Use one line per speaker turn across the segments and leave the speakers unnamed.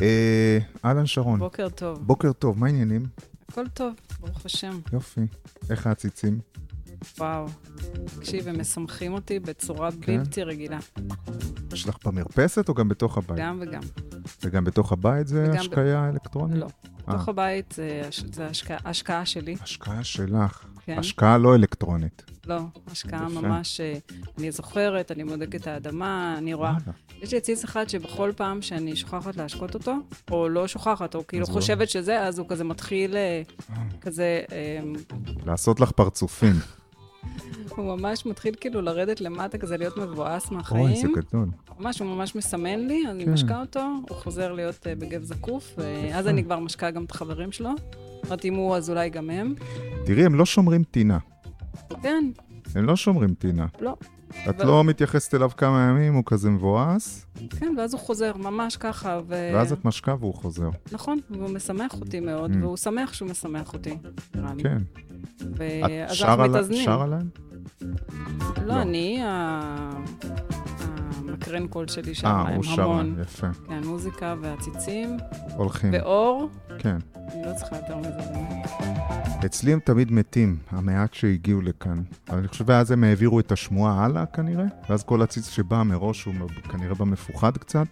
אה, אהלן שרון,
בוקר טוב.
בוקר טוב, מה העניינים?
הכל טוב, ברוך השם.
יופי. איך העציצים?
וואו. תקשיב, הם משמחים אותי בצורה
כן?
בלתי רגילה.
יש לך במרפסת או גם בתוך הבית?
גם וגם.
אה. וגם בתוך הבית זה
וגם ב-
השקיה אלקטרונית? אה,
לא. בתוך הבית זה הש- זה השקעה- השקעה שלי.
השקעה שלך.
כן.
השקעה לא אלקטרונית.
לא, השקעה
יפה.
ממש... אה, אני זוכרת, אני בודקת את האדמה, אני רואה.
וואלה.
יש לי עציץ אחד שבכל פעם שאני שוכחת להשקות אותו, או לא שוכחת, או כאילו
אז הוא-
חושבת שזה, אז הוא כזה מתחיל אה,
אה,
כזה... אה,
לעשות לך פרצופים.
הוא ממש מתחיל כאילו לרדת למטה, כזה להיות מבואס מהחיים.
אוי, זה גדול.
ממש, הוא ממש מסמן לי, אני
כן.
משקה אותו, הוא חוזר להיות אה, בגב זקוף, ואז
יפה.
אני כבר משקה גם את החברים שלו. זאת אומרת, אם הוא, אז אולי גם הם.
תראי, הם לא שומרים טינה.
כן,
הם לא שומרים טינה.
לא.
את
אבל-
לא מתייחסת אליו כמה ימים, הוא כזה מבואס,
כן, ואז הוא חוזר, ממש ככה, ו...
ואז את משקה והוא חוזר.
נכון, והוא משמח אותי מאוד,
Mm.
והוא שמח שהוא משמח אותי, נראה לי.
כן.
ואז
את
אה, אנחנו
שרה לה-
מתאזנים.
שרה להם? לא.
לא, אני, ה- המקרן קול שלי שם,
אה, הוא כן. שר
המון.
להם, יפה.
כן, מוזיקה ועציצים,
הולכים,
ואור,
כן.
אני לא צריכה יותר מזה. באמת.
אצלי הם תמיד מתים, המעט שהגיעו לכאן. אבל אני חושב ואז הם העבירו את השמועה הלאה כנראה, ואז כל עציץ שבא מראש הוא כנראה בא מפוחד קצת,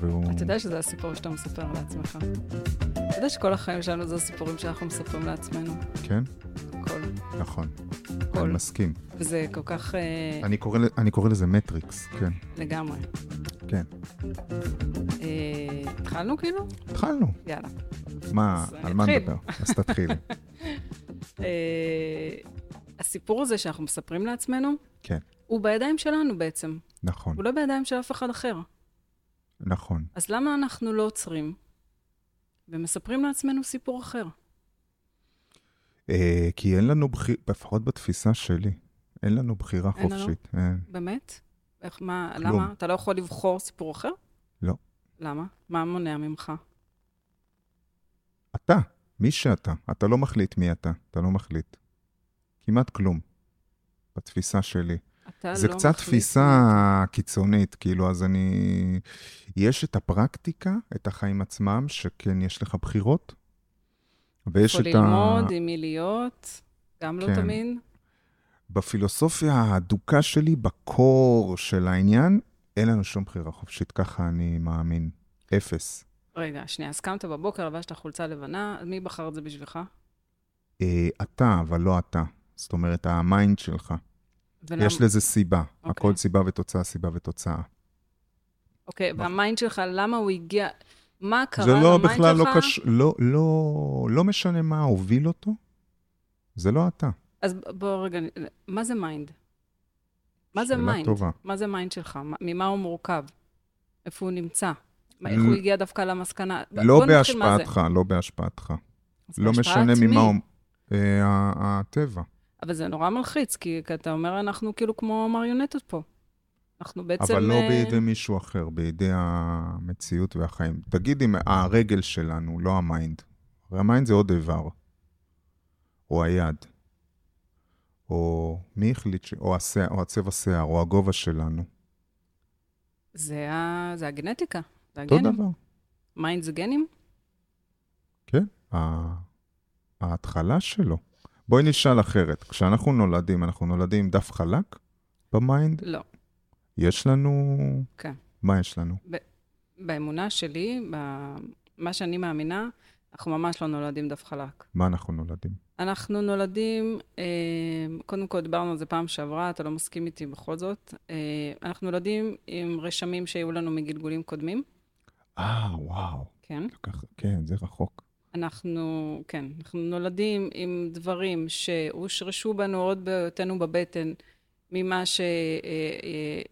והוא...
אתה יודע שזה הסיפור שאתה מספר לעצמך. אתה יודע שכל החיים שלנו זה הסיפורים שאנחנו מספרים לעצמנו.
כן,
כל.
נכון.
כל.
אני מסכים.
וזה כל כך אה,
אני קורא ל- אני קורא לזה מטריקס, כן.
לגמרי.
כן.
אה, התחלנו כאילו?
התחלנו.
יאללה.
מה,
אז אני
על מה
אתחיל.
נדבר? אז תתחילי.
אה, הסיפור הזה שאנחנו מספרים לעצמנו,
כן.
הוא בידיים שלנו בעצם.
נכון,
הוא לא בידיים של אף אחד אחר.
נכון.
אז למה אנחנו לא עוצרים ומספרים לעצמנו סיפור אחר?
אה, כי אין לנו בחירה, לפחות בתפיסה שלי, אין לנו בחירה
אין לנו?
חופשית. אין.
באמת? איך, מה,
כלום.
למה? אתה לא יכול לבחור סיפור אחר?
לא.
למה? מה מונע ממך?
אתה, מי שאתה, אתה לא מחליט מי אתה, אתה לא מחליט. כמעט כלום, בתפיסה שלי.
אתה
זה
לא
קצת
מחליט.
תפיסה קיצונית, כאילו, אז אני... יש את הפרקטיקה, את החיים עצמם, שכן יש לך בחירות, ויש
איפה
את ה...
ללמוד, עם מי להיות, גם לא
כן.
תמיד.
בפילוסופיה האדוקה שלי, בקור של העניין, אין לנו שום בחירה חופשית, ככה אני מאמין. אפס.
רגע, שנייה, אז קמת בבוקר, לבשת חולצה לבנה, אז מי בחר את זה בשבילך?
אה, אתה, אבל לא אתה. זאת אומרת, המיינד שלך.
ולמה?
יש לזה סיבה.
אוקיי.
הכל סיבה ותוצאה, סיבה ותוצאה.
אוקיי, והמיינד שלך, למה הוא הגיע... מה קרה
זה
למיינד
לא
שלך?
בכלל לא קשור, לא, לא, לא משנה מה הוביל אותו, זה לא אתה.
אז ב- בוא רגע, נ- מה זה מיינד? מה זה
שאלה
מיינד?
טובה.
מה זה מיינד שלך? מה- ממה הוא מורכב? איפה הוא נמצא? מה-
ל-
איך הוא הגיע דווקא למסקנה? ב-
לא
בוא נתחיל מה זה.
בהשפעתך, לא בהשפעתך.
אז
לא
בהשפעת
משנה
מי?
ממה הוא... אה, ה- הטבע.
אבל זה נורא מלחיץ, כי כי אתה אומר, אנחנו כאילו כמו מריונטות פה. אנחנו בעצם...
אבל לא
אה,
בידי מישהו אחר, בידי המציאות והחיים. תגידי, מה- הרגל שלנו, לא המיינד. הרי המיינד זה עוד איבר. או היד. או מי החליט ש... או, השיע... או הצבע שיער, או הגובה שלנו.
זה ה- זה הגנטיקה. זה
אותו
הגנים.
דבר.
מיינד זה גנים?
ה... ההתחלה שלו. בואי נשאל אחרת. כשאנחנו נולדים, אנחנו נולדים עם דף חלק במיינד?
לא.
יש לנו...
כן.
מה יש לנו?
באמונה שלי, במה שאני מאמינה, אנחנו ממש לא נולדים דף חלק.
מה אנחנו נולדים?
אנחנו נולדים, אה, קודם כל דיברנו על זה פעם שעברה, אתה לא מסכים איתי בכל זאת. אה, אנחנו נולדים עם רשמים שהיו לנו מגלגולים קודמים,
אה, וואו.
כן.
לקח... כן, זה רחוק.
אנחנו, כן, אנחנו נולדים עם דברים שהושרשו בנו עוד בהיותנו בבטן, ממה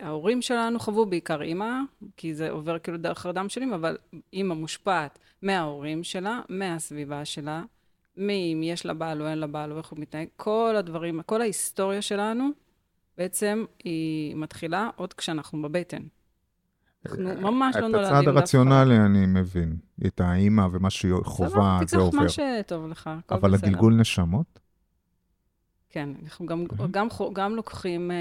שההורים שלנו חוו, בעיקר אימא, כי זה עובר כאילו דרך הרדם של אימא, אבל אימא מושפעת מההורים שלה, מהסביבה שלה, מאם יש לה בעל או אין לה בעל או איך הוא מתנהג, כל הדברים, כל ההיסטוריה שלנו, בעצם היא מתחילה עוד כשאנחנו בבטן. אנחנו ממש לא נולדים
את
דווקא.
הצד הרציונלי אני מבין. את האימא ומה שהיא חובה, זה
סבבה,
עובר.
תיקח מה שטוב לך, הכל
אבל
בסדר.
הגלגול נשמות?
כן, אנחנו גם,
אוקיי.
גם, חו- גם לוקחים אה,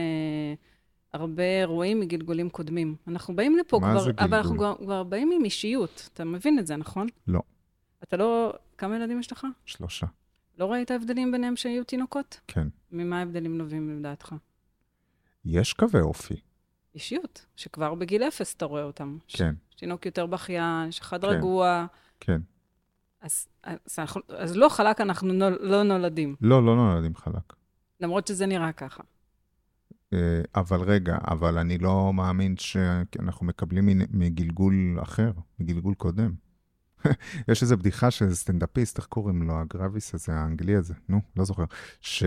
הרבה אירועים מגלגולים קודמים. אנחנו באים לפה
מה
כבר,
זה
אבל אנחנו
גלגול?
כבר, כבר באים עם אישיות. אתה מבין את זה, נכון?
לא.
אתה לא... כמה ילדים יש לך?
שלושה,
לא ראית הבדלים ביניהם שהיו תינוקות?
כן.
ממה ההבדלים נובעים לדעתך?
יש קווי אופי,
אישיות, שכבר בגיל אפס אתה רואה אותם. ש-
כן,
יש תינוק יותר בכיין, יש אחד
כן.
רגוע.
כן.
אז, אז, אנחנו, אז לא חלק, אנחנו נול, לא נולדים,
לא, לא נולדים חלק.
למרות שזה נראה ככה.
אה, אבל רגע, אבל אני לא מאמין שאנחנו מקבלים מנ- מגלגול אחר, מגלגול קודם. יש איזו בדיחה של סטנדאפיסט, איך קוראים לו? הגרביס הזה, האנגלי הזה, נו, לא זוכר. ש...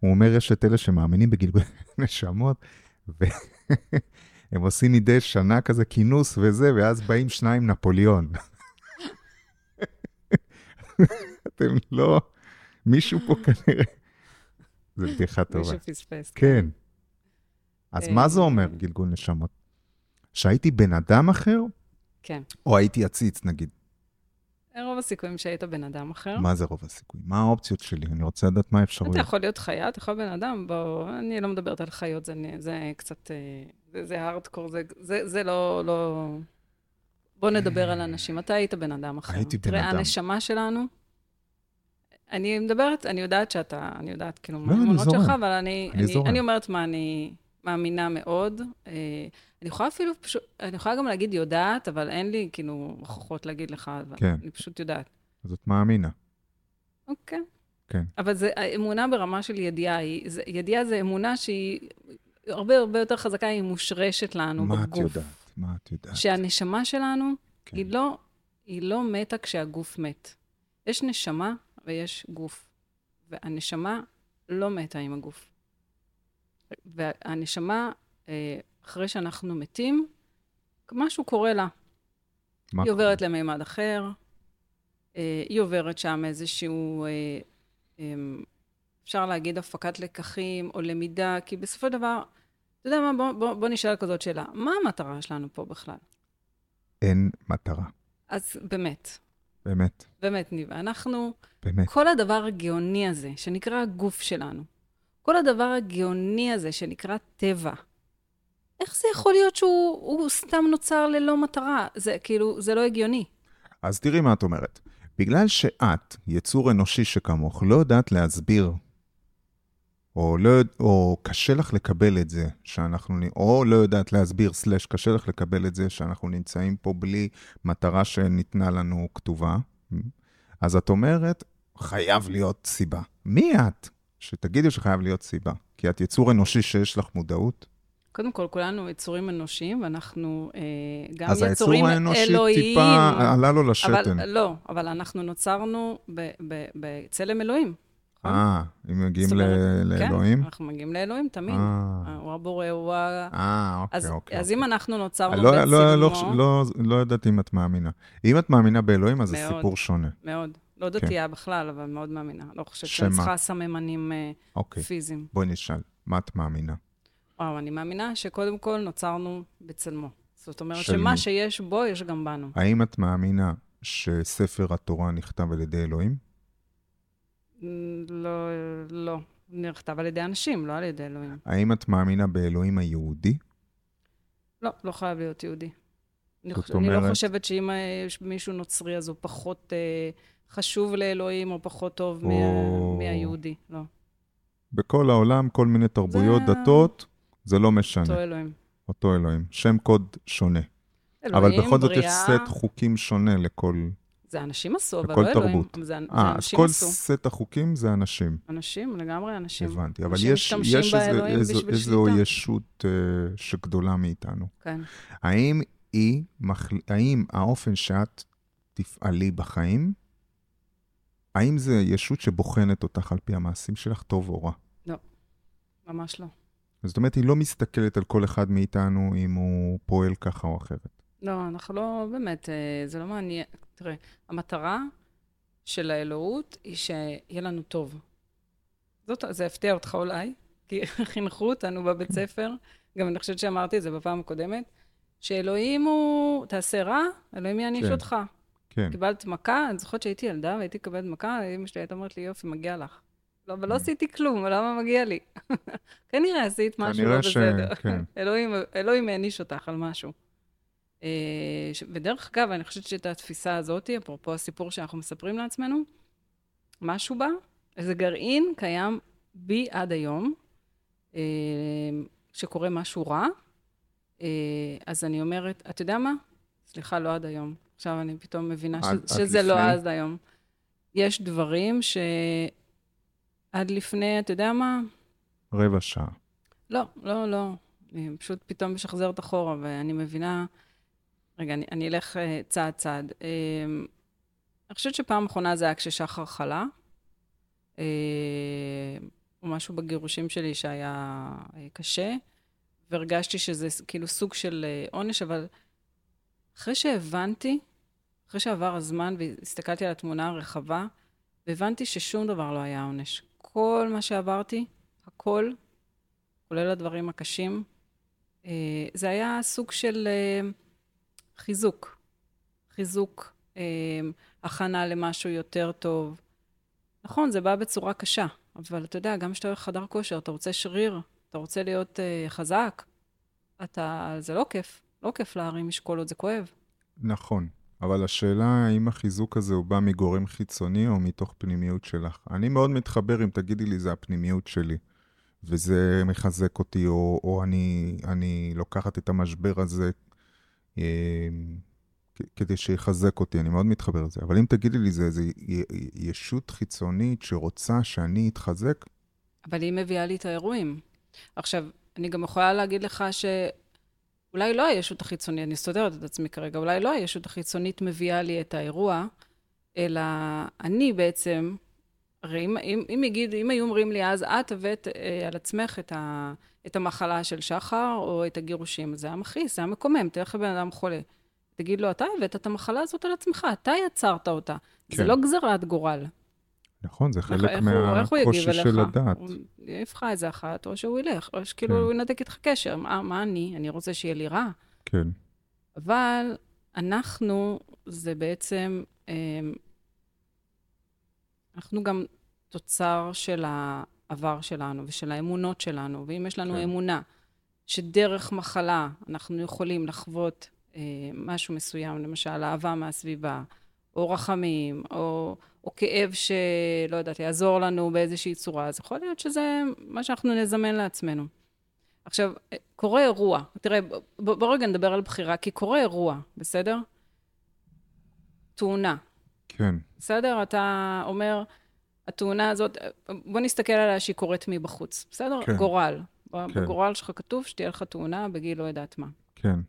הוא אומר, יש את אלה שמאמינים בגלגול נשמות, והם עושים מדי שנה כזה כינוס וזה, ואז באים שניים נפוליאון. אתם לא... מישהו פה כנראה... זו בדיחה טובה.
מישהו פספס.
כן. אז
אה,
מה זה אומר גלגול נשמות? שהייתי בן אדם אחר,
כן.
או הייתי עציץ, נגיד?
רוב הסיכויים שהיית בן אדם אחר.
מה זה רוב הסיכוי? מה האופציות שלי? אני רוצה לדעת מה
אתה
האפשרויות.
יכול להיות חיה, אתה יכול להיות בן אדם, בוא, אני לא מדברת על חיות, זה, זה קצת, אה, זה, זה הארדקור, זה, זה, זה לא, לא... בוא נדבר על אנשים. אתה היית בן אדם אחר.
הייתי בן
תראה,
אדם.
הנשמה שלנו, אני מדברת, אני יודעת שאתה, אני יודעת כאילו מה
לא, אני
האמונות שלך,
זורם.
אבל אני,
אני
אני,
זורם.
אני אומרת מה אני מאמינה מאוד. אה, אני יכולה אפילו פשוט, אני יכולה גם להגיד יודעת, אבל אין לי כאילו הוכחות להגיד לך, אבל
כן.
אני פשוט יודעת.
זאת מאמינה.
אוקיי.
כן.
אבל זה אמונה ברמה של ידיעה. היא, זה, ידיעה זה אמונה שהיא הרבה הרבה יותר חזקה, היא מושרשת לנו
מה את
בגוף.
יודעת? מה את יודעת?
שהנשמה שלנו,
כן.
כן. היא, לא, היא לא מתה כשהגוף מת. יש נשמה ויש גוף, והנשמה לא מתה עם הגוף. והנשמה, אה, אחרי שאנחנו מתים, משהו קורה לה.
מה
היא
קורה?
עוברת למימד אחר, אה, היא עוברת שם איזשהו, אה, אמ, אפשר להגיד, הפקת לקחים או למידה, כי בסופו של דבר, אתה יודע מה, בוא, בוא, בוא נשאל כזאת שאלה, מה המטרה שלנו פה בכלל?
אין מטרה.
אז באמת,
באמת,
באמת, ניב, אנחנו,
באמת.
כל הדבר הגאוני הזה, שנקרא הגוף שלנו, כל הדבר הגאוני הזה, שנקרא טבע, איך זה יכול להיות שהוא הוא סתם נוצר ללא מטרה? זה כאילו, זה לא הגיוני.
אז תראי מה את אומרת. בגלל שאת, יצור אנושי שכמוך, לא יודעת להסביר, או, לא, יודע- או קשה לך לקבל את זה שאנחנו, נ- או לא יודעת להסביר, סלש, קשה לך לקבל את זה שאנחנו נמצאים פה בלי מטרה שניתנה לנו כתובה, אז את אומרת, חייב להיות סיבה. מי את שתגידי שחייב להיות סיבה? כי את יצור אנושי שיש לך מודעות?
קודם כל, כולנו יצורים אנושיים, ואנחנו אה, גם
אז
יצורים
היצור
אלוהיים.
האנושי טיפה עלה לו לשתן.
אבל לא, אבל אנחנו נוצרנו ב- ב- בצלם אלוהים.
אה, אם מגיעים
זאת
ל-
אומרת,
לאלוהים?
כן, אנחנו מגיעים לאלוהים תמיד.
אה.
הוא הבורא, הוא ה...
אה, אוקיי,
אז,
אוקיי.
אז אם אנחנו נוצרנו
לא, לא, לא,
בצלמו,
לא, לא ידעתי אם את מאמינה. אם את מאמינה באלוהים, אז זה
מאוד.
סיפור שונה.
מאוד. לא
כן.
דתייה בכלל, אבל מאוד מאמינה. לא חושבת
שמה?
שאני צריכה סממנים אה,
אוקיי,
פיזיים.
בואי נשאל, מה את מאמינה?
וואו, אני מאמינה שקודם כל נוצרנו בצלמו. זאת אומרת
של מי?
שמה שיש בו, יש גם בנו.
האם את מאמינה שספר התורה נכתב על ידי אלוהים?
לא, לא. נכתב על ידי אנשים, לא על ידי אלוהים.
האם את מאמינה באלוהים היהודי?
לא, לא חייב להיות יהודי. אני,
זאת
חוש... אני
אומרת-
לא חושבת שאם אה, יש מישהו נוצרי, אז הוא פחות אה, חשוב לאלוהים, או פחות טוב
או-
מה... מהיהודי. לא,
בכל העולם, כל מיני תרבויות,
זה-
דתות, זה לא משנה,
אותו אלוהים.
אותו אלוהים. שם קוד שונה. אבל
אלוהים,
בכל זאת יש
בריאה,
סט חוקים שונה לכל...
זה אנשים עשו, אבל
בכל
לא אלוהים.
תרבות.
זה, זה
אה, אז
אנשים
כל
עשו.
סט החוקים זה אנשים.
אנשים, לגמרי אנשים.
הבנתי, אבל
אנשים
יש,
משתמשים
יש איזה,
באלוהים
איזו,
בשביל
איזו
שליטה.
ישות אה, שגדולה מאיתנו.
כן.
האם היא, מחל... האם האופן שאת תפעלי בחיים, האם זה ישות שבוחנת אותך על פי המעשים שלך, טוב או רע?
ממש לא.
זאת אומרת, היא לא מסתכלת על כל אחד מאיתנו אם הוא פועל ככה או אחרת.
לא, אנחנו לא, באמת, אה, זה לא מעניין. תראה, המטרה של האלוהות היא שיהיה לנו טוב. זאת, זה הפתיע אותך אולי, כי חינכו אותנו בבית ספר, גם אני חושבת שאמרתי את זה בפעם הקודמת, שאלוהים הוא, תעשה רע, אלוהים יעניש
כן.
אותך.
כן,
קיבלת מכה, אני זוכרת שהייתי ילדה והייתי מקבלת מכה, אמא שלי הייתה אומרת לי, יופי, מגיע לך. לא,
כן.
אבל לא עשיתי כלום, למה מגיע לי? כנראה עשית משהו לא
כנראה ש-
בסדר.
כן.
אלוהים, אלוהים העניש אותך על משהו. אה, ש- ודרך אגב, אני חושבת שאת התפיסה הזאת, אפרופו הסיפור שאנחנו מספרים לעצמנו, משהו בה, איזה גרעין קיים בי עד היום, אה, שקורה משהו רע, אה, אז אני אומרת, אתה יודע מה? סליחה, לא עד היום. עכשיו אני פתאום מבינה ש-
עד- עד
שזה לא
לפני?
עד היום. יש דברים שעד לפני, אתה יודע מה?
רבע שעה.
לא, לא, לא. אני פשוט פתאום משחזרת אחורה, ואני מבינה... רגע, אני, אני אלך אה, צעד צעד. אה, אני חושבת שפעם אחרונה זה היה כששחר חלה, אה, או משהו בגירושים שלי שהיה אה, קשה, והרגשתי שזה ס- כאילו סוג של אה, עונש, אבל אחרי שהבנתי, אחרי שעבר הזמן והסתכלתי על התמונה הרחבה, והבנתי ששום דבר לא היה עונש. כל מה שעברתי, הכל, כולל הדברים הקשים, אה, זה היה סוג של אה, חיזוק. חיזוק, אה, הכנה למשהו יותר טוב. נכון, זה בא בצורה קשה, אבל אתה יודע, גם כשאתה הולך לחדר כושר, אתה רוצה שריר, אתה רוצה להיות אה, חזק, אתה, זה לא כיף. לא כיף להרים משקול עוד, זה כואב.
נכון, אבל השאלה האם החיזוק הזה הוא בא מגורם חיצוני או מתוך פנימיות שלך. אני מאוד מתחבר אם תגידי לי זה הפנימיות שלי, וזה מחזק אותי, או, או אני, אני לוקחת את המשבר הזה אה, כ- כדי שיחזק אותי, אני מאוד מתחבר לזה. אבל אם תגידי לי זה איזו ישות חיצונית שרוצה שאני אתחזק,
אבל היא מביאה לי את האירועים. עכשיו, אני גם יכולה להגיד לך שאולי לא הישות החיצונית, אני סותרת את עצמי כרגע, אולי לא הישות החיצונית מביאה לי את האירוע, אלא אני בעצם, הרי אם, אם, אם, יגיד, אם היו אומרים לי אז, את הבאת אה, על עצמך את, ה, את המחלה של שחר או את הגירושים, זה היה מכעיס, זה היה מקומם, תלך לבן אדם חולה. תגיד לו, אתה הבאת את המחלה הזאת על עצמך, אתה יצרת אותה. כן. זה
כן.
לא גזירת גורל.
נכון, זה
איך-
חלק
איך הוא- איך הוא יגיב
מהקושי של
אליך?
הדעת.
הוא יעיף לך איזה אחת, או שהוא ילך, או שכאילו
כן.
הוא ינתק איתך קשר. מה, מה אני? אני רוצה שיהיה לי רע.
כן,
אבל אנחנו, זה בעצם, אמ, אנחנו גם תוצר של העבר שלנו ושל האמונות שלנו, ואם יש לנו
כן.
כן. אמונה שדרך מחלה אנחנו יכולים לחוות אה, משהו מסוים, למשל אהבה מהסביבה, או רחמים, או, או כאב שלא יודעת, יעזור לנו באיזושהי צורה, אז יכול להיות שזה מה שאנחנו נזמן לעצמנו. עכשיו, אה, קורה אירוע. תראה, ב- ב- בוא רגע נדבר על בחירה, כי קורה אירוע, בסדר? תאונה.
כן,
בסדר? אתה אומר, התאונה הזאת, בוא נסתכל עליה שהיא קורית מבחוץ, בסדר?
כן.
גורל. ב-
כן.
בגורל שלך כתוב שתהיה לך תאונה בגיל לא יודעת מה.
כן,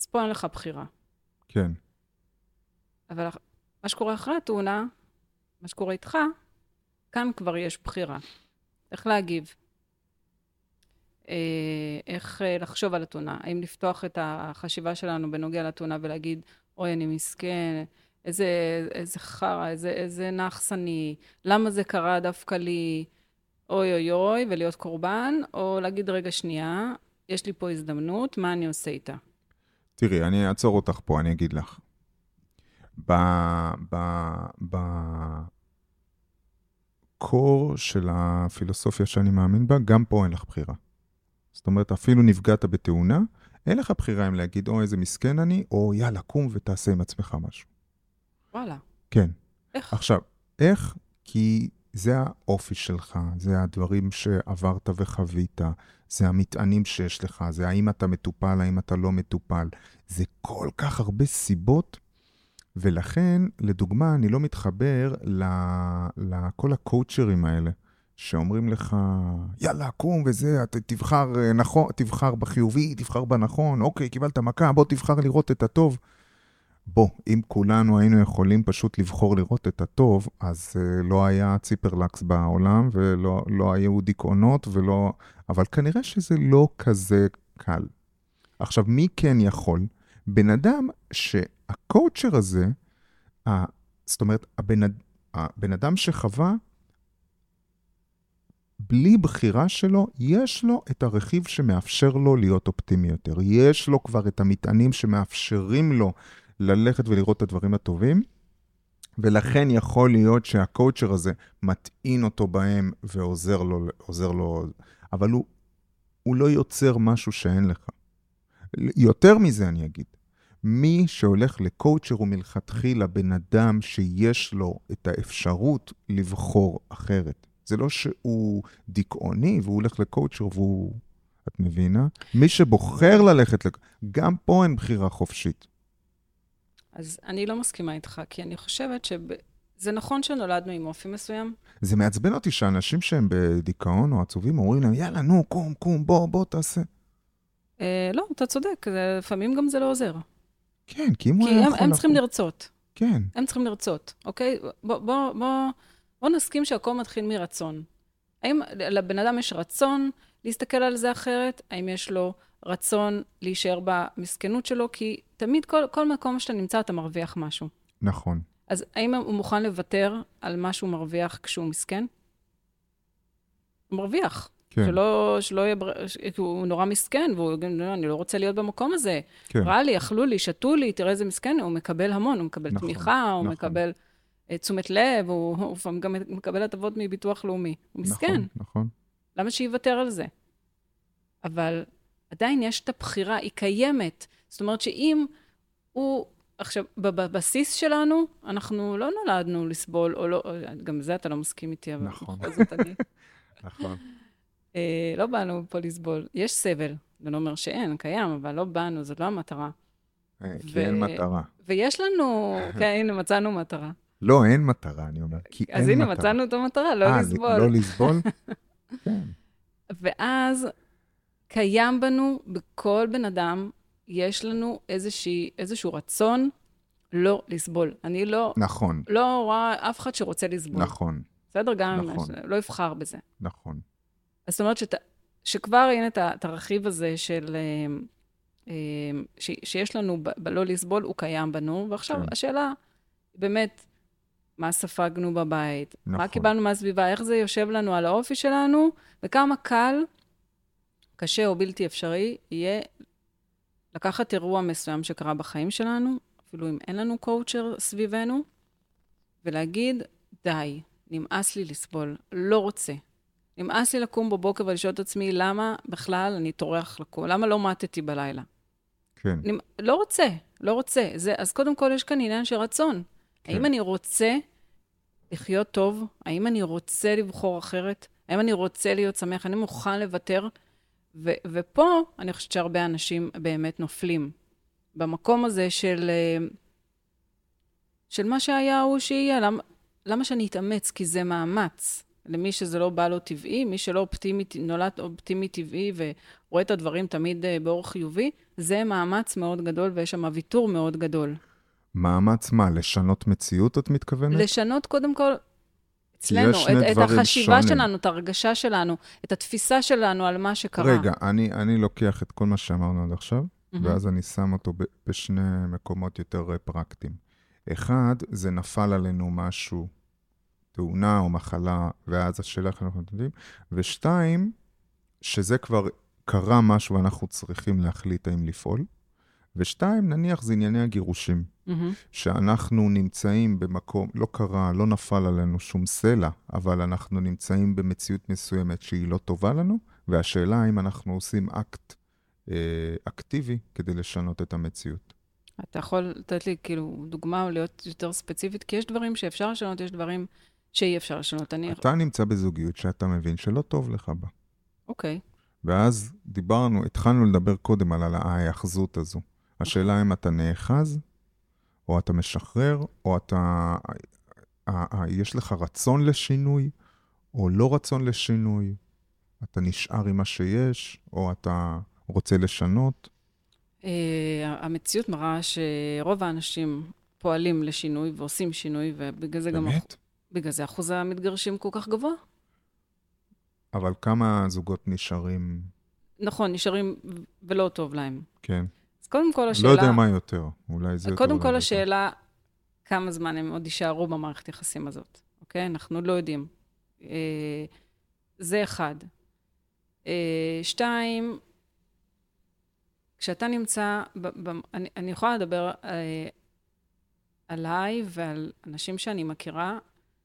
אז פה אין לך בחירה.
כן,
אבל אח- מה שקורה אחרי התאונה, מה שקורה איתך, כאן כבר יש בחירה. איך להגיב? אה, איך אה, לחשוב על התאונה? האם לפתוח את החשיבה שלנו בנוגע לתאונה ולהגיד, אוי, אני מסכן, איזה, איזה חרא, איזה, איזה נאחס אני, למה זה קרה דווקא לי, אוי אוי אוי, ולהיות קורבן, או להגיד, רגע, שנייה, יש לי פה הזדמנות, מה אני עושה איתה?
תראי, אני אעצור אותך פה, אני אגיד לך. ב... ב... ב... קור של הפילוסופיה שאני מאמין בה, גם פה אין לך בחירה. זאת אומרת, אפילו נפגעת בתאונה, אין לך בחירה אם להגיד, או איזה מסכן אני, או יאללה, קום ותעשה עם עצמך משהו.
וואלה,
כן.
איך?
עכשיו, איך? כי זה האופי שלך, זה הדברים שעברת וחווית, זה המטענים שיש לך, זה האם אתה מטופל, האם אתה לא מטופל. זה כל כך הרבה סיבות, ולכן, לדוגמה, אני לא מתחבר ל- לכל הקואוצ'רים האלה. שאומרים לך, יאללה, קום וזה, ת- תבחר אה, נכון, תבחר בחיובי, תבחר בנכון, אוקיי, קיבלת מכה, בוא תבחר לראות את הטוב. בוא, אם כולנו היינו יכולים פשוט לבחור לראות את הטוב, אז uh, לא היה ציפרלקס בעולם, ולא לא היו דיכאונות, ולא... אבל כנראה שזה לא כזה קל. עכשיו, מי כן יכול? בן אדם שהקואוצ'ר הזה, ה, זאת אומרת, הבן, אד- הבן אדם שחווה, בלי בחירה שלו, יש לו את הרכיב שמאפשר לו להיות אופטימי יותר. יש לו כבר את המטענים שמאפשרים לו ללכת ולראות את הדברים הטובים, ולכן יכול להיות שהקואוצ'ר הזה מטעין אותו בהם ועוזר לו, עוזר לו אבל הוא, הוא לא יוצר משהו שאין לך. יותר מזה אני אגיד, מי שהולך לקואוצ'ר הוא מלכתחילה בן אדם שיש לו את האפשרות לבחור אחרת. זה לא שהוא דיכאוני והוא הולך לקואוצ'ר והוא... את מבינה? מי שבוחר ללכת, לק... גם פה אין בחירה חופשית.
אז אני לא מסכימה איתך, כי אני חושבת שזה נכון שנולדנו עם אופי מסוים.
זה מעצבן אותי שאנשים שהם בדיכאון או עצובים אומרים להם, יאללה, נו, קום, קום, בוא, בוא, תעשה.
אה, לא, אתה צודק, זה- לפעמים גם זה לא עוזר.
כן, כי אם הוא
כי
היה נכון. יכול...
הם, הם צריכים
לקום-
לרצות.
כן,
הם צריכים לרצות, אוקיי? בוא, בוא, בוא, בוא נסכים שהכל מתחיל מרצון. האם לבן אדם יש רצון להסתכל על זה אחרת? האם יש לו רצון להישאר במסכנות שלו? כי תמיד כל, כל מקום שאתה נמצא אתה מרוויח משהו.
נכון.
אז האם הוא מוכן לוותר על מה שהוא מרוויח כשהוא מסכן? הוא מרוויח.
כן,
שלא, שלא יהיה... בר- ש- כי הוא נורא מסכן, והוא גם, "לא, אני לא רוצה להיות במקום הזה.
כן.
רע לי, אכלו לי, שתו לי, תראה איזה מסכן, הוא מקבל המון, הוא מקבל
נכון,
תמיכה, הוא
נכון.
מקבל אה, תשומת לב, הוא הוא לפעמים גם מקבל הטבות מביטוח לאומי. הוא מסכן,
נכון, נכון.
למה שיוותר על זה? אבל עדיין יש את הבחירה, היא קיימת. זאת אומרת שאם הוא... עכשיו, בבסיס שלנו, אנחנו לא נולדנו לסבול, או לא... גם זה אתה לא מסכים איתי, אבל
נכון.
בכל זאת אני...
נכון.
אה, לא באנו פה לסבול. יש סבל, זה לא אומר שאין, קיים, אבל לא באנו, זאת לא המטרה.
אה, כי
ו-
אין מטרה.
ויש לנו, כן, הנה, מצאנו מטרה.
לא, אין מטרה, אני אומר, כי אין מטרה.
אז הנה, מצאנו את המטרה, לא
אה,
לסבול.
לא לסבול? כן,
ואז קיים בנו, בכל בן אדם, יש לנו איזושהי, איזשהו רצון לא לסבול. אני לא,
נכון,
לא רואה אף אחד שרוצה לסבול.
נכון,
בסדר? גם אם
נכון.
יש- לא אבחר בזה.
נכון.
אז זאת אומרת שת, שכבר אין את, ה- את הרכיב הזה של... אמ, אמ, ש, שיש לנו ב, בלא לסבול, הוא קיים בנו, ועכשיו
כן.
כן. השאלה, באמת, מה ספגנו בבית? מה
נכון.
קיבלנו מהסביבה? איך זה יושב לנו על האופי שלנו? וכמה קל, קשה או בלתי אפשרי, יהיה לקחת אירוע מסוים שקרה בחיים שלנו, אפילו אם אין לנו קואוצ'ר סביבנו, ולהגיד, די, נמאס לי לסבול, לא רוצה. נמאס לי לקום בבוקר ולשאול את עצמי, למה בכלל אני טורח לקום? למה לא מתתי בלילה?
כן,
אני לא רוצה, לא רוצה. זה, אז קודם כל יש כאן עניין של רצון.
כן.
כן. האם אני רוצה לחיות טוב? האם אני רוצה לבחור אחרת? האם אני רוצה להיות שמח? אני מוכן לוותר? ו- ופה אני חושבת שהרבה אנשים באמת נופלים. במקום הזה של, אה, של מה שהיה הוא שיהיה. למה, למה שאני אתאמץ? כי זה מאמץ. למי שזה לא בא לו טבעי, מי שלא אופטימי, נולד אופטימי טבעי ורואה את הדברים תמיד אה, באור חיובי, זה מאמץ מאוד גדול ויש שם ויתור מאוד גדול.
מאמץ מה, לשנות מציאות את מתכוונת?
לשנות קודם כל אצלנו,
שני
את, את
דברים
החשיבה
שונים.
שלנו, את הרגשה שלנו, את התפיסה שלנו על מה שקרה.
רגע, אני, אני לוקח את כל מה שאמרנו עד עכשיו,
מהמם.
ואז אני שם אותו ב- בשני מקומות יותר אה, פרקטיים. אחד, זה נפל עלינו משהו, תאונה או מחלה, ואז השאלה איך אנחנו מתמודדים, ושתיים, שזה כבר קרה משהו ואנחנו צריכים להחליט האם לפעול, ושתיים, נניח זה ענייני הגירושים.
מהמם.
שאנחנו נמצאים במקום, לא קרה, לא נפל עלינו שום סלע, אבל אנחנו נמצאים במציאות מסוימת שהיא לא טובה לנו, והשאלה האם אנחנו עושים אקט אה, אקטיבי כדי לשנות את המציאות.
אתה יכול לתת לי כאילו דוגמה או להיות יותר ספציפית? כי יש דברים שאפשר לשנות, יש דברים שאי אפשר לשנות. אני...
אתה נמצא בזוגיות שאתה מבין שלא טוב לך בה.
אוקיי.
ואז דיברנו, התחלנו לדבר קודם על ההאחזות הזו. השאלה אם אתה נאחז, או אתה משחרר, או אתה... ה- ה- יש לך רצון לשינוי, או לא רצון לשינוי, אתה נשאר עם מה שיש, או אתה רוצה לשנות.
אה, המציאות מראה שרוב האנשים פועלים לשינוי ועושים שינוי, ובגלל זה גם...
באמת?
בגלל זה אחוז המתגרשים כל כך גבוה.
אבל כמה זוגות נשארים,
נכון, נשארים ולא טוב להם.
כן.
אז קודם כל השאלה...
לא יודע מה יותר, אולי זה
זה
יותר.
קודם
אולי
כל
זה יותר.
השאלה, כמה זמן הם עוד יישארו במערכת יחסים הזאת, אוקיי? אנחנו לא יודעים. אה, זה אחד. אה, שתיים, כשאתה נמצא, ב, ב, אני, אני יכולה לדבר אה, עליי ועל אנשים שאני מכירה,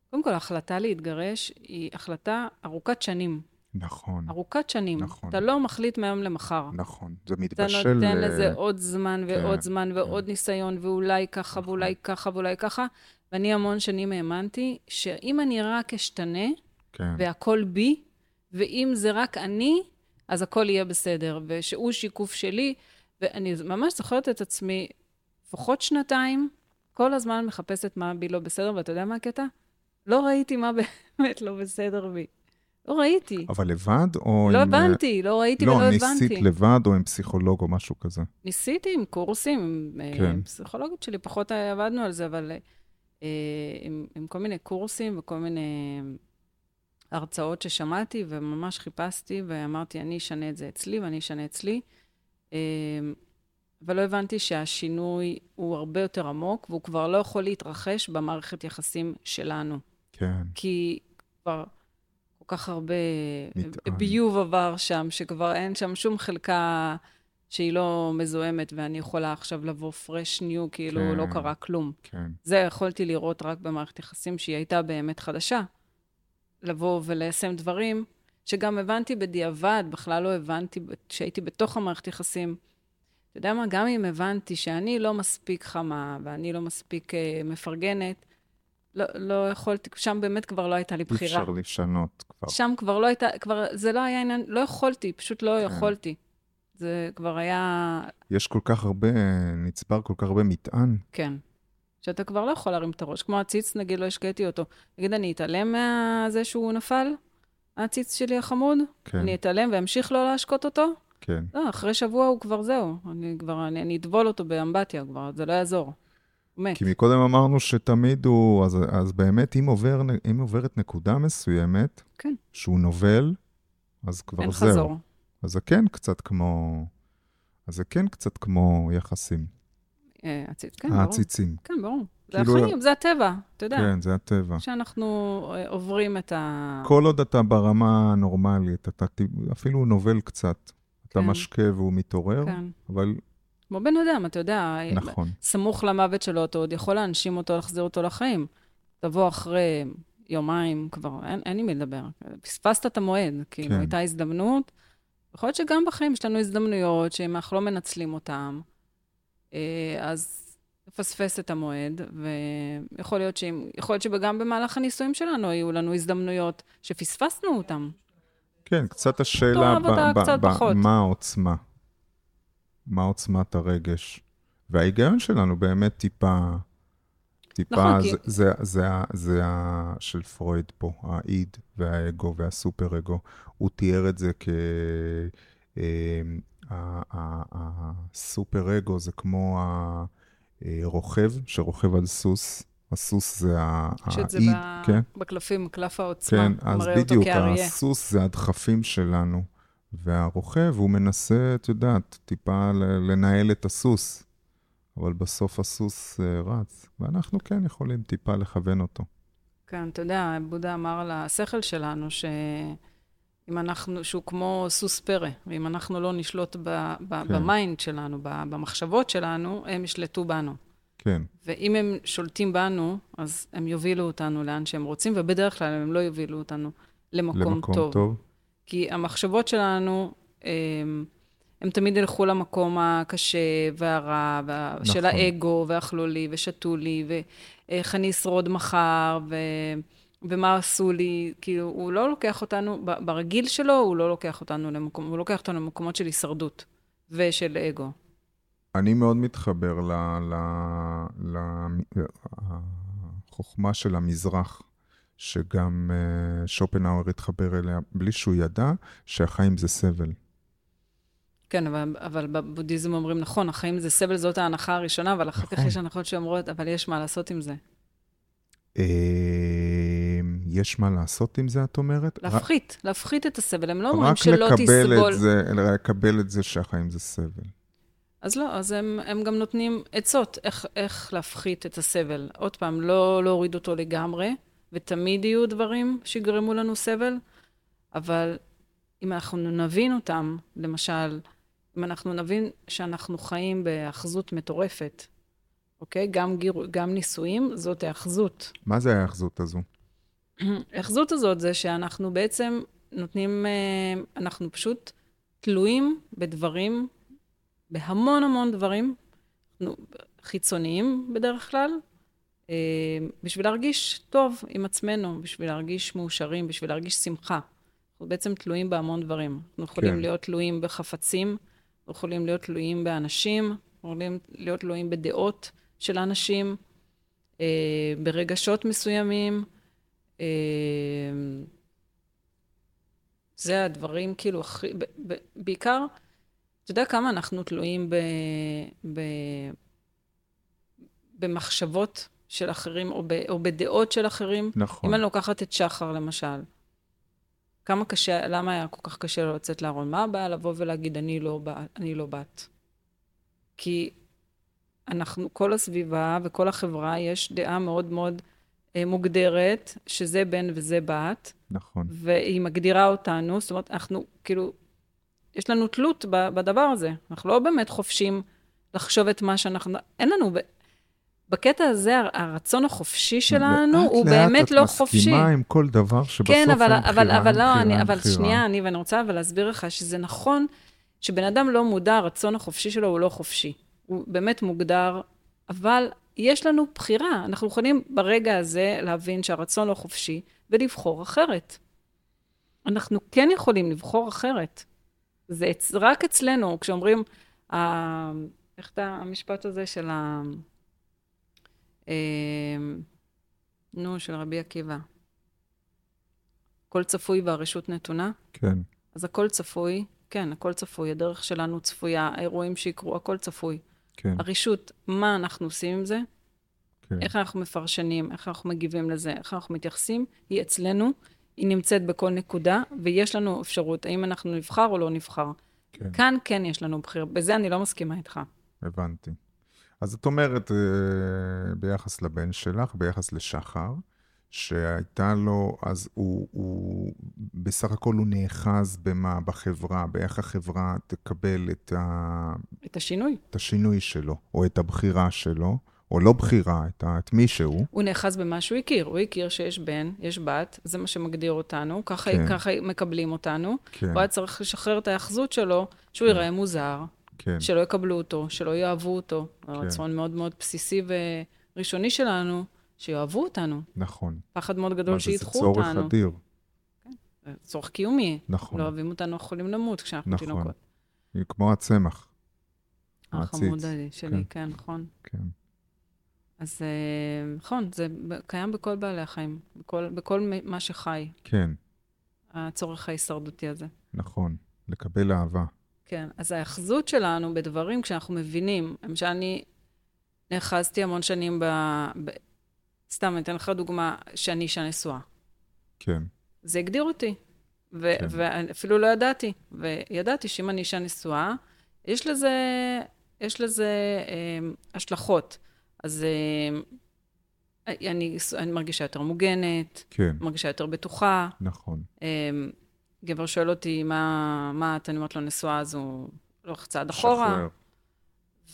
קודם כל, ההחלטה להתגרש היא החלטה ארוכת שנים.
נכון,
ארוכת שנים.
נכון.
אתה לא מחליט מהיום למחר.
נכון. זה
אתה
מתבשל...
נותן
ל-
לזה עוד זמן ועוד
כן,
זמן ועוד ניסיון, ואולי ככה
נכון.
ואולי ככה ואולי ככה. ואני המון שנים האמנתי שאם אני רק אשתנה,
כן,
והכל בי, ואם זה רק אני, אז הכל יהיה בסדר, ושהוא שיקוף שלי. ואני ממש זוכרת את עצמי לפחות שנתיים, כל הזמן מחפשת מה בי לא בסדר, ואתה יודע מה הקטע? לא ראיתי מה באמת לא בסדר בי. לא ראיתי.
אבל לבד או
לא
עם...
הבנתי, לא ראיתי ולא
לא,
הבנתי.
ניסית לבד או עם פסיכולוג או משהו כזה.
ניסיתי עם קורסים, עם
כן.
כן. פסיכולוגית שלי, פחות עבדנו על זה, אבל אה, עם, עם כל מיני קורסים וכל מיני הרצאות ששמעתי, וממש חיפשתי, ואמרתי, אני אשנה את זה אצלי ואני אשנה אצלי. אה, אבל לא הבנתי שהשינוי הוא הרבה יותר עמוק, והוא כבר לא יכול להתרחש במערכת יחסים שלנו.
כן,
כי כבר כל כך הרבה
נטען.
ביוב עבר שם, שכבר אין שם שום חלקה שהיא לא מזוהמת, ואני יכולה עכשיו לבוא fresh new, כאילו
כן.
לא קרה כלום.
כן.
זה יכולתי לראות רק במערכת יחסים שהיא הייתה באמת חדשה. לבוא וליישם דברים שגם הבנתי בדיעבד, בכלל לא הבנתי ב- כשהייתי בתוך המערכת יחסים. אתה יודע מה, גם אם הבנתי שאני לא מספיק חמה ואני לא מספיק אה, מפרגנת, לא, לא יכולתי, שם באמת כבר לא הייתה לי
אי
בחירה.
אפשר לשנות כבר.
שם כבר לא הייתה, כבר זה לא היה עניין, לא יכולתי, פשוט לא
כן.
יכולתי. זה כבר היה,
יש כל כך הרבה, נצבר כל כך הרבה מטען.
כן. שאתה כבר לא יכול להרים את הראש. כמו הציץ, נגיד, לא השקיתי אותו. נגיד, אני אתעלם מזה שהוא נפל, הציץ שלי החמוד,
כן,
אני אתעלם ואמשיך לא להשקות אותו?
כן.
לא, אחרי שבוע הוא כבר זהו. אני כבר, אני, אני אטבול אותו באמבטיה כבר, זה לא יעזור. הוא מת.
כי מקודם אמרנו שתמיד הוא, אז, אז באמת, אם, עובר, אם עוברת נקודה מסוימת,
כן.
שהוא נובל, אז כבר
אין
זהו.
חזור.
אז זה כן קצת כמו, אז זה כן קצת כמו יחסים.
אה, הציץ, כן, ברור.
העציצים.
כן, ברור. זה
כאילו-
החיים, זה הטבע, אתה יודע.
כן, זה הטבע.
שאנחנו אה, עוברים את ה...
כל עוד אתה ברמה הנורמלית, אתה ת- אפילו נובל קצת. אתה
כן.
משקה והוא מתעורר,
כן. אה,
אבל
כמו בן אדם, אתה יודע,
נכון,
סמוך למוות שלו, אתה עוד יכול להנשים אותו, להחזיר אותו לחיים. תבוא אחרי יומיים, כבר אין, אין עם מי לדבר. פספסת את המועד, כאילו,
כן.
כן. הייתה הזדמנות. יכול להיות שגם בחיים יש לנו הזדמנויות, שאם אנחנו לא מנצלים אותן, אה, אז נפספס את המועד, ויכול להיות, שאם, יכול להיות שגם במהלך הנישואים שלנו היו לנו הזדמנויות שפספסנו אותן.
כן, קצת השאלה,
תאהב אותה קצת פחות.
מה העוצמה? מה עוצמת הרגש? וההיגיון שלנו באמת טיפה, טיפה,
נכון,
זה-
כי-
זה- זה ה- זה ה... של פרויד פה, האיד והאגו והסופר-אגו. הוא תיאר את זה כ... אמ, ה- ה- ה- הסופר-אגו זה כמו הרוכב, שרוכב על סוס. הסוס זה ה-
פשוט זה
האיד,
ב-
כן?
בקלפים, קלף העוצמה,
כן, אז
מראה אותו
בדיוק,
כאריה.
הסוס זה הדחפים שלנו, והרוכב, הוא מנסה, את יודעת, טיפה ל- לנהל את הסוס, אבל בסוף הסוס אה, רץ, ואנחנו כן יכולים טיפה לכוון אותו.
כן, אתה יודע, בודה אמר על השכל שלנו, שאם אנחנו, שהוא כמו סוס פרא, ואם אנחנו לא נשלוט ב, ב,
כן.
כן. במיינד שלנו, ב, במחשבות שלנו, הם ישלטו בנו.
כן,
ואם הם שולטים בנו, אז הם יובילו אותנו לאן שהם רוצים, ובדרך כלל הם לא יובילו אותנו למקום,
למקום טוב. טוב.
כי המחשבות שלנו, הם, הם תמיד ילכו למקום הקשה והרע, וה...
נכון.
נכון. של האגו, ואכלו לי, ושתו לי, ואיך אני אשרוד מחר, ו... ומה עשו לי. כאילו, הוא לא לוקח אותנו, ב- ברגיל שלו, הוא לא לוקח אותנו למקום, הוא לוקח אותנו למקומות של הישרדות ושל אגו.
אני מאוד מתחבר ל... ל... ל... החוכמה של המזרח, שגם אה, שופנהאואר התחבר אליה בלי שהוא ידע שהחיים זה סבל.
כן, אבל, אבל בבודהיזם אומרים, נכון, החיים זה סבל, זאת ההנחה הראשונה, אבל אחר כך
נכון.
יש הנחות שאומרות, אבל יש מה לעשות עם זה.
אה, יש מה לעשות עם זה, את אומרת? רק-
להפחית, להפחית את הסבל. הם לא אומרים
רק
שלא
לקבל
תסבול.
את זה, לקבל את זה שהחיים זה סבל.
אז לא, אז הם, הם גם נותנים עצות איך, איך להפחית את הסבל. עוד פעם, לא להוריד לא אותו לגמרי, ותמיד יהיו דברים שיגרמו לנו סבל, אבל אם אנחנו נבין אותם, למשל, אם אנחנו נבין שאנחנו חיים באחזות מטורפת, אוקיי? גם, גיר... גם נישואים, זאת היאחזות.
מה זה ההיאחזות הזו?
ההיאחזות הזאת זה שאנחנו בעצם נותנים, אה, אנחנו פשוט תלויים בדברים, בהמון המון דברים, אנחנו חיצוניים בדרך כלל, אה, בשביל להרגיש טוב עם עצמנו, בשביל להרגיש מאושרים, בשביל להרגיש שמחה. אנחנו בעצם תלויים בהמון דברים. אנחנו יכולים
כן.
להיות תלויים בחפצים, אנחנו יכולים להיות תלויים באנשים, אנחנו יכולים להיות תלויים בדעות של אנשים, אה, ברגשות מסוימים. אה, זה הדברים כאילו הכי, ב- ב- בעיקר, אתה יודע כמה אנחנו תלויים ב, ב, במחשבות של אחרים או, ב, או בדעות של אחרים?
נכון.
אם אני לוקחת את שחר למשל, כמה קשה, למה היה כל כך קשה לו לצאת לארון? מה הבעיה לבוא ולהגיד, אני לא, בת- אני לא בת? כי אנחנו, כל הסביבה וכל החברה, יש דעה מאוד מאוד אה, מוגדרת, שזה בן וזה בת,
נכון.
והיא מגדירה אותנו, זאת אומרת, אנחנו כאילו, יש לנו תלות ב- בדבר הזה. אנחנו לא באמת חופשים לחשוב את מה שאנחנו, אין לנו, ב- בקטע הזה, הר- הרצון החופשי שלנו
לאט
הוא
לאט
באמת לא חופשי.
את מסכימה עם כל דבר שבסוף
כן,
אין
אבל,
בחירה,
אבל,
אין
אבל לא,
בחירה,
אני,
אין
אבל
בחירה.
שנייה, אני, ואני רוצה אבל להסביר לך שזה נכון שבן אדם לא מודע, הרצון החופשי שלו הוא לא חופשי. הוא באמת מוגדר, אבל יש לנו בחירה. אנחנו יכולים ברגע הזה להבין שהרצון לא חופשי ולבחור אחרת. אנחנו כן יכולים לבחור אחרת. זה אצ- רק אצלנו, כשאומרים, ה- איך אתה, המשפט הזה של ה... אה, נו, של רבי עקיבא. הכל צפוי והרשות נתונה.
כן,
אז הכל צפוי, כן, הכל צפוי, הדרך שלנו צפויה, האירועים שיקרו, הכל צפוי.
כן,
הרשות, מה אנחנו עושים עם זה,
כן.
איך אנחנו מפרשנים, איך אנחנו מגיבים לזה, איך אנחנו מתייחסים, היא אצלנו, היא נמצאת בכל נקודה, ויש לנו אפשרות, האם אנחנו נבחר או לא נבחר.
כן.
כאן כן יש לנו בחירה, בזה אני לא מסכימה איתך.
הבנתי. אז את אומרת, אה, ביחס לבן שלך, ביחס לשחר, שהייתה לו, אז הוא, הוא בסך הכל הוא נאחז במה? בחברה, באיך החברה תקבל את, ה,
את השינוי.
את השינוי שלו, או את הבחירה שלו, או לא בחירה, את, ה, את מי שהוא.
הוא נאחז במה שהוא הכיר, הוא הכיר שיש בן, יש בת, זה מה שמגדיר אותנו, ככה,
כן.
ככה מקבלים אותנו.
כן,
הוא היה צריך לשחרר את ההאחזות שלו, שהוא ייראה מוזר,
כן,
שלא יקבלו אותו, שלא יאהבו אותו. זה רצון מאוד מאוד בסיסי וראשוני שלנו, שיאהבו אותנו.
נכון.
פחד מאוד
מה
גדול
זה, זה
שידחו
צורך
אותנו.
אדיר.
זה צורך קיומי.
נכון,
לא אוהבים אותנו, אנחנו יכולים למות כשאנחנו
נכון.
תינוקות.
כמו הצמח. העציץ.
החמוד הזה שלי,
כן.
כן, נכון.
כן,
אז אה, נכון, זה ב- קיים בכל בעלי החיים, בכל, בכל מ- מה שחי,
כן,
הצורך ההישרדותי הזה.
נכון. לקבל אהבה.
כן, אז ההאחזות שלנו בדברים, כשאנחנו מבינים, למשל, אני נאחזתי המון שנים ב... ב... סתם, אני אתן לך דוגמה, שאני אישה נשואה.
כן,
זה הגדיר אותי, ו...
כן.
כן. ואפילו לא ידעתי. וידעתי שאם אני אישה נשואה, יש לזה, יש לזה אה, השלכות. אז אה, אני, אני מרגישה יותר מוגנת,
כן,
מרגישה יותר בטוחה.
נכון.
אמ, גבר שואל אותי, מה, מה את, אני אומרת לו, נשואה, אז הוא הולך צעד
שחרר.
אחורה.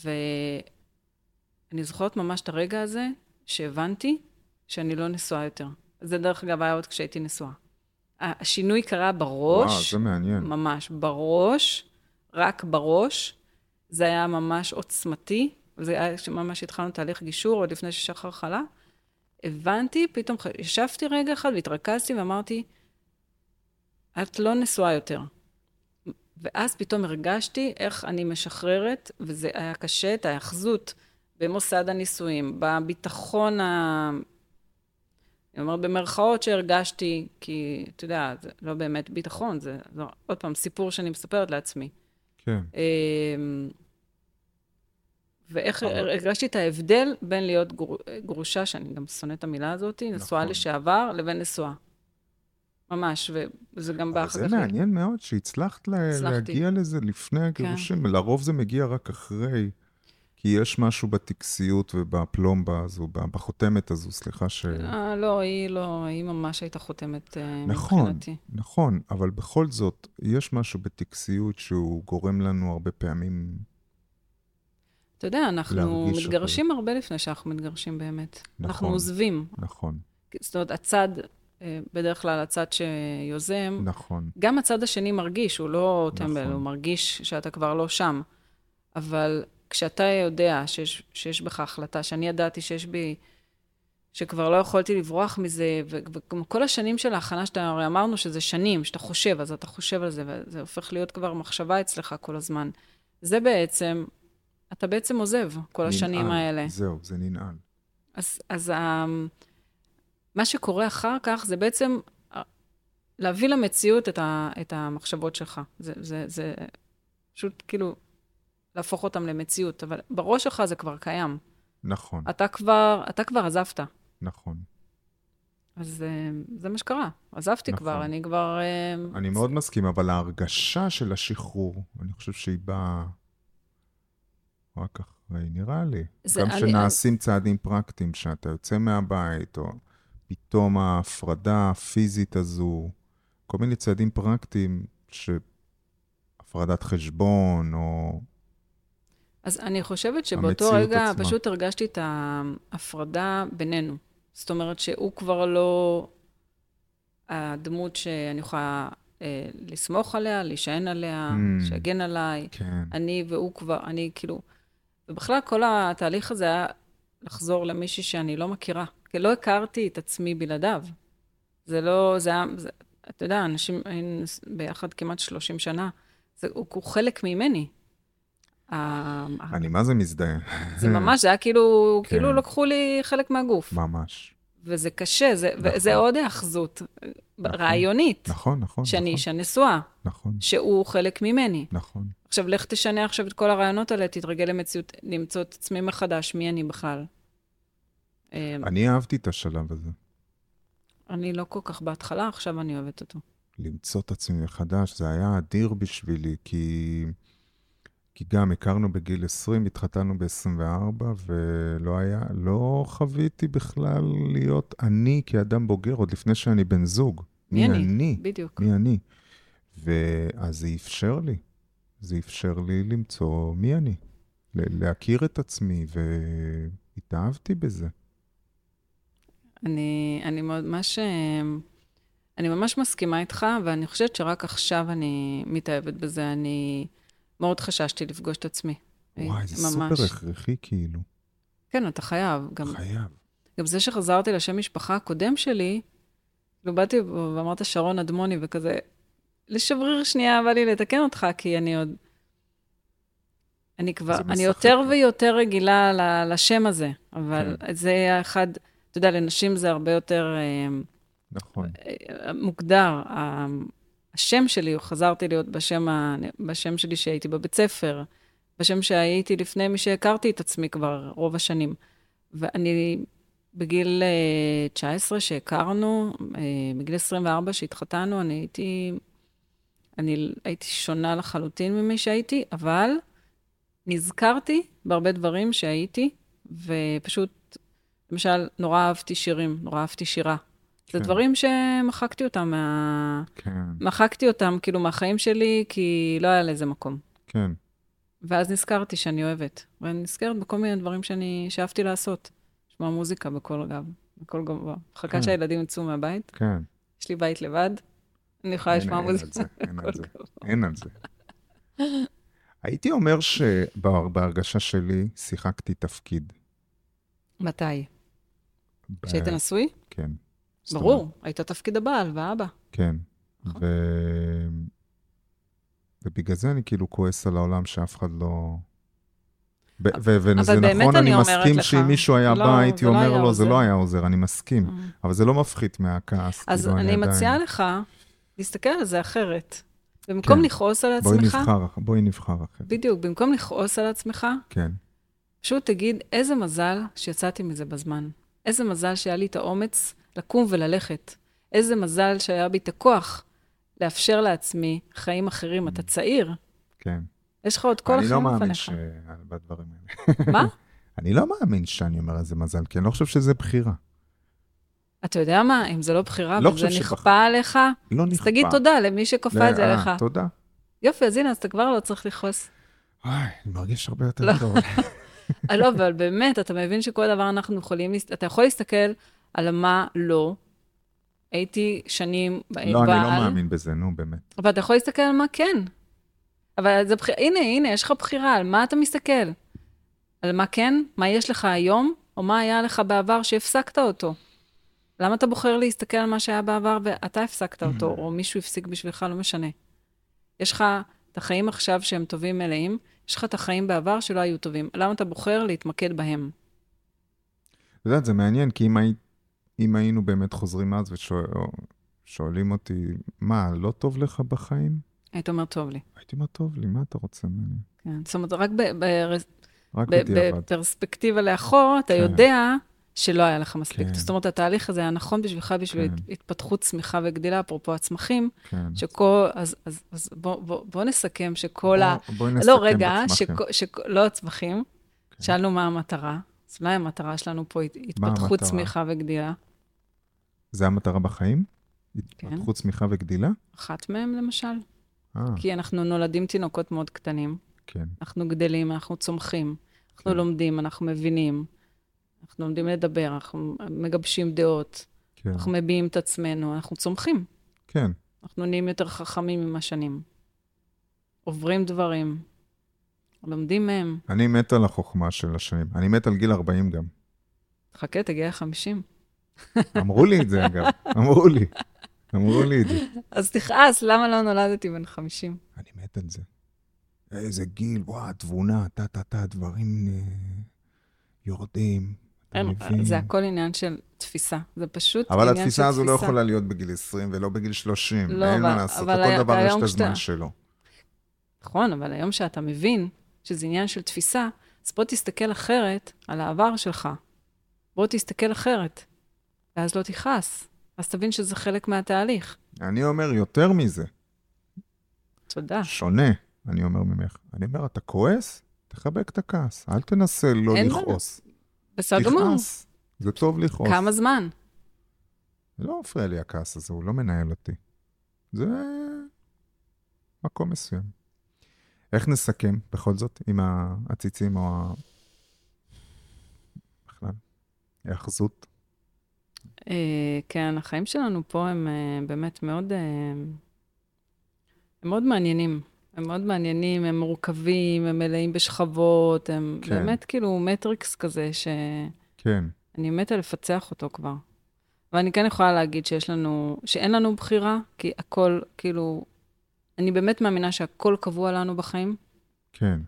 ואני זוכרת ממש את הרגע הזה, שהבנתי שאני לא נשואה יותר. זה דרך אגב היה עוד כשהייתי נשואה. ה- השינוי קרה
וואו,
בראש,
זה מעניין.
ממש בראש, רק בראש. זה היה ממש עוצמתי, זה היה כשממש התחלנו תהליך גישור, עוד לפני ששחר חלה. הבנתי, פתאום ח- ישבתי רגע אחד והתרכזתי ואמרתי, את לא נשואה יותר. ואז פתאום הרגשתי איך אני משחררת, וזה היה קשה, את ההאחזות במוסד הנישואים, בביטחון ה... אני אומרת במרכאות שהרגשתי, כי אתה יודע, זה לא באמת ביטחון, זה, זה עוד פעם סיפור שאני מספרת לעצמי.
כן,
אמ, ואיך
אבל-
הרגשתי את ההבדל בין להיות גור- גרושה, שאני גם שונאת את המילה הזאת, נשואה
נכון.
לשעבר, לבין נשואה. ממש, וזה גם
אבל
בא אחר
זה
כך.
מעניין מאוד שהצלחת לה-
הצלחתי. כן.
להגיע לזה לפני הגירושים, לרוב זה מגיע רק אחרי, כי יש משהו בטקסיות ובפלומבה הזו, ב- בחותמת הזו, סליחה ש...
אה, לא, היא לא, היא ממש הייתה חותמת אה,
נכון,
מבחינתי.
נכון, אבל בכל זאת, יש משהו בטקסיות שהוא גורם לנו הרבה פעמים
אתה יודע, אנחנו
להרגיש אותו.
מתגרשים הרבה לפני שאנחנו מתגרשים באמת.
נכון.
אנחנו עוזבים.
נכון,
זאת אומרת, הצד, אה, בדרך כלל הצד שיוזם,
נכון.
גם הצד השני מרגיש, הוא לא טמבל,
נכון.
הוא מרגיש שאתה כבר לא שם. אבל כשאתה יודע שיש, שיש בך החלטה, שאני ידעתי שיש בי, שכבר לא יכולתי לברוח מזה, ו- וגם כל השנים של ההכנה, שאתה, הרי אמרנו שזה שנים, שאתה חושב, אז אתה חושב על זה, וזה הופך להיות כבר מחשבה אצלך כל הזמן. זה בעצם, אתה בעצם עוזב כל השנים
ננעל.
האלה.
זהו, זה ננעל.
אז, אז ה... מה שקורה אחר כך זה בעצם אה, להביא למציאות את, ה... את המחשבות שלך. זה, זה, זה פשוט כאילו להפוך אותם למציאות, אבל בראש שלך זה כבר קיים.
נכון,
אתה כבר, אתה כבר עזבת.
נכון.
אז אה, זה מה שקרה. עזבתי
נכון.
נכון. כבר, אני כבר... אה,
אני מאוד מסכים, אבל ההרגשה של השחרור, אני חושב שהיא באה רק אחרי, נראה לי.
זה-
גם
אני-
כשנעשים צעדים פרקטיים, שאתה יוצא מהבית, או פתאום ההפרדה הפיזית הזו, כל מיני צעדים פרקטיים, ש... הפרדת חשבון, או...
אז אני חושבת שבאותו
המציאות
רגע
עצמה.
עצמה. פשוט הרגשתי את ההפרדה בינינו. זאת אומרת שהוא כבר לא הדמות שאני יכולה אה, לסמוך עליה, להישען עליה,
Mm.
mm. שיגן עליי.
כן,
אני והוא כבר, אני כאילו... ובכלל, כל התהליך הזה היה לחזור למישהי שאני לא מכירה. כי לא הכרתי את עצמי בלעדיו. זה לא, זה היה, זה, אתה יודע, אנשים היינו ביחד כמעט 30 שנה. זה, הוא, הוא חלק ממני. ה-
אני מה זה מזדהה,
זה ממש, זה היה כאילו,
כן.
כאילו לקחו לי חלק מהגוף.
ממש.
וזה קשה, זה,
נכון.
וזה עוד היאחזות
נכון.
רעיונית,
נכון, נכון,
שאני
נכון,
אישה נשואה,
נכון,
שהוא חלק ממני.
נכון,
עכשיו, לך תשנה עכשיו את כל הרעיונות האלה, תתרגל למציאות, למצוא את עצמי מחדש, מי אני בכלל. אה,
אני אהבתי את השלב הזה.
אני לא כל כך בהתחלה, עכשיו אני אוהבת אותו.
למצוא את עצמי מחדש, זה היה אדיר בשבילי, כי, כי גם הכרנו בגיל 20, התחתנו ב-24, ולא היה, לא חוויתי בכלל להיות אני כאדם בוגר, עוד לפני שאני בן זוג.
מי אני?
אני?
בדיוק.
מי אני? ואז זה אפשר לי, זה אפשר לי למצוא מי אני, ל- להכיר את עצמי, והתאהבתי בזה.
אני, אני ממש... אה, אני ממש מסכימה איתך, ואני חושבת שרק עכשיו אני מתאהבת בזה. אני מאוד חששתי לפגוש את עצמי.
וואי, זה
אה, ממש.
סופר הכרחי כאילו,
כן, אתה חייב. גם,
חייב.
גם זה שחזרתי לשם משפחה הקודם שלי, כאילו באתי ואמרת שרון אדמוני וכזה, לשבריר שנייה, בא לי לתקן אותך, כי אני עוד... אני כבר,
זה
אני
משחק. כן.
יותר ויותר רגילה ל- לשם הזה, אבל זה היה אחד, אתה יודע, לנשים זה הרבה יותר אה,
נכון,
אה, מוגדר. ה- השם שלי, או חזרתי להיות בשם, ה... בשם שלי שהייתי בבית ספר, בשם שהייתי לפני מי שהכרתי את עצמי כבר רוב השנים. ואני בגיל אה, 19 שהכרנו, אה, בגיל 24 שהתחתנו, אני הייתי, אני הייתי שונה לחלוטין ממי שהייתי, אבל נזכרתי בהרבה דברים שהייתי, ופשוט, למשל, נורא אהבתי שירים, נורא אהבתי שירה. זה
כן.
דברים שמחקתי אותם מה...
כן,
מחקתי אותם כאילו מהחיים שלי, כי לא היה לזה מקום.
כן.
ואז נזכרתי שאני אוהבת. ואני נזכרת בכל מיני דברים שאני, שאהבתי לעשות. לשמוע מוזיקה בכל גב, בכל גבוה. מחכה
כן.
שהילדים יצאו מהבית,
כן.
יש לי בית לבד, אני יכולה
אין-
לשמוע
אין על
מוזיקה
זה, אין על
בכל
זה.
גבוה.
אין על זה. הייתי אומר שבהרגשה שלי שיחקתי תפקיד.
מתי?
ב-
כשהיית נשוי?
כן. זאת
ברור,
אומרת,
היית תפקיד הבעל והאבא.
כן.
נכון.
ו... ובגלל זה אני כאילו כועס על העולם שאף אחד לא... ב- ו- וזה
אבל באמת
נכון,
אני
אני
אומרת
מסכים
לך,
שאם מישהו היה
לא,
בא, הייתי
זה לא
אומר
היה
לו, זה לא
עוזר." Mm.
היה עוזר, אני מסכים. אבל זה לא מפחית מהכעס.
אז
כאילו,
אני
עדיין-
מציעה לך להסתכל על זה אחרת. במקום
כן.
לכעוס על
בואי
עצמך,
נבחר, אח- בואי נבחר אחרת.
בדיוק, במקום לכעוס על עצמך,
כן,
פשוט תגיד, איזה מזל שיצאתי מזה בזמן. איזה מזל שהיה לי את האומץ לקום וללכת. איזה מזל שהיה בי את הכוח לאפשר לעצמי חיים אחרים. אתה צעיר,
כן.
יש לך עוד כל
אני לא
החיים
מאמין
לפניך.
ש... בדברים האלה.
מה?
אני לא מאמין שאני אומר איזה מזל, כי אני לא חושב שזה בחירה.
אתה יודע מה, אם זה לא בחירה
לא
וזה
חושב שבח-
נכפה עליך,
לא נכפה.
אז תגיד תודה למי שכופה את זה
אה,
עליך.
תודה.
יופי, אז הנה, אז אתה כבר לא צריך לכעוס.
וואי, אני מרגיש הרבה יותר
לא.
טוב.
לא, אבל באמת, אתה מבין שכל דבר אנחנו יכולים, להס- אתה יכול להסתכל על מה לא. הייתי שנים ב- בעל.
לא, אני לא מאמין בזה, נו, באמת.
אבל אתה יכול להסתכל על מה כן. אבל זה בחיר... הנה, הנה, יש לך בחירה, על מה אתה מסתכל? על מה כן? מה יש לך היום? או מה היה לך בעבר שהפסקת אותו? למה אתה בוחר להסתכל על מה שהיה בעבר ואתה הפסקת אותו, או מישהו הפסיק בשבילך, לא משנה. יש לך את החיים עכשיו שהם טובים מלאים, יש לך את החיים בעבר שלא היו טובים. למה אתה בוחר להתמקד בהם?
את יודעת, זה מעניין, כי אם, הי... אם היינו באמת חוזרים אז ושואלים אותי, מה, לא טוב לך בחיים?
היית אומר, טוב לי.
הייתי אומר, טוב לי, מה אתה רוצה ממני?
כן. זאת אומרת, רק ב- ב-
רק
ב-
בדיעבד.
בפרספקטיבה לאחור, אתה
כן.
יודע שלא היה לך מספיק.
כן.
זאת אומרת, התהליך הזה היה נכון בשבילך, בשביל
כן.
הת- התפתחות, צמיחה וגדילה, אפרופו הצמחים,
כן.
שכל, אז, אז, אז בוא, בוא, בוא נסכם שכל ה...
בוא- בואי
לא,
נסכם
רגע,
בצמחים. כן.
שכו- שכו- לא הצמחים. שאלנו מה המטרה. אז אולי המטרה שלנו פה היא
מה
התפתחות,
המטרה?
צמיחה וגדילה.
זה המטרה בחיים?
כן.
התפתחות, צמיחה וגדילה?
אחת מהם, למשל.
אה,
כי אנחנו נולדים תינוקות מאוד קטנים.
כן.
אנחנו גדלים, אנחנו צומחים, אנחנו
כן.
לומדים, אנחנו מבינים, אנחנו לומדים לדבר, אנחנו מגבשים דעות,
כן,
אנחנו מביעים את עצמנו, אנחנו צומחים.
כן,
אנחנו נהיים יותר חכמים עם השנים. עוברים דברים, לומדים מהם.
אני מת על החוכמה של השנים. אני מת על גיל 40 גם.
חכה, תגיע ל-50.
אמרו לי את זה, אגב. אמרו לי. אמרו לי את זה.
אז תכעס, למה לא נולדתי בן 50?
אני מת על זה. איזה גיל, וואו, תבונה, טה-טה-טה, דברים אה, יורדים. אתה
אין,
מבין?
זה הכל עניין של תפיסה. זה פשוט עניין
אה, אבל
של תפיסה.
התפיסה הזו לא יכולה להיות בגיל 20 ולא בגיל 30.
לא,
אין מה
אבל-
לעשות,
אבל היה-
לכל דבר יש
היום
את הזמן
כשאתה-
שלו.
נכון, אבל היום שאתה מבין שזה עניין של תפיסה, אז בוא תסתכל אחרת על העבר שלך. בוא תסתכל אחרת, ואז לא תכעס. אז תבין שזה חלק מהתהליך.
אני אומר יותר מזה,
תודה.
שונה, אני אומר ממך. אני אומר, אתה כועס? תחבק את הכעס. אל תנסה לא
אין
לכעוס.
בסדר גמור.
תכעס. זה טוב לכעוס.
כמה זמן?
לא מפריע לי הכעס הזה, הוא לא מנהל אותי. זה מקום מסוים. איך נסכם בכל זאת עם העציצים או ה... בכלל, היאחזות?
אה, כן, החיים שלנו פה הם אה, באמת מאוד... אה, הם מאוד מעניינים. הם מאוד מעניינים, הם מורכבים, הם מלאים בשכבות, הם
כן.
באמת כאילו מטריקס כזה, ש...
כן,
אני מתה לפצח אותו כבר. ואני כן יכולה להגיד שיש לנו, שאין לנו בחירה, כי הכל, כאילו, אני באמת מאמינה שהכל קבוע לנו בחיים,
כן,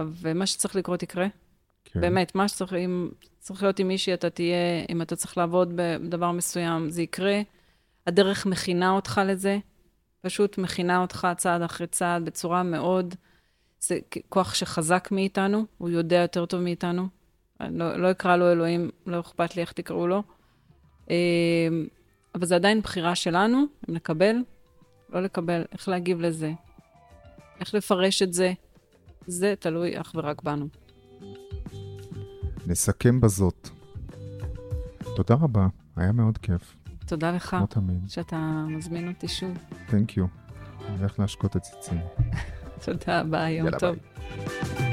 ומה שצריך לקרות יקרה.
כן.
באמת, מה שצריך, אם צריך להיות עם מישהי, אתה תהיה, אם אתה צריך לעבוד בדבר מסוים, זה יקרה. הדרך מכינה אותך לזה, פשוט מכינה אותך צעד אחרי צעד בצורה מאוד, זה כ- כוח שחזק מאיתנו, הוא יודע יותר טוב מאיתנו. אני לא, לא אקרא לו אלוהים, לא אכפת לי איך תקראו לו. אה, אבל זה עדיין בחירה שלנו, אם לקבל, לא לקבל, איך להגיב לזה, איך לפרש את זה, זה תלוי אך ורק בנו.
נסכם בזאת. תודה רבה, היה מאוד כיף,
תודה לך.
כמו תמיד.
שאתה מזמין אותי שוב.
Thank you. אני הולך להשקות עציצים.
תודה, ביי, יום
יאללה,
טוב.
ביי.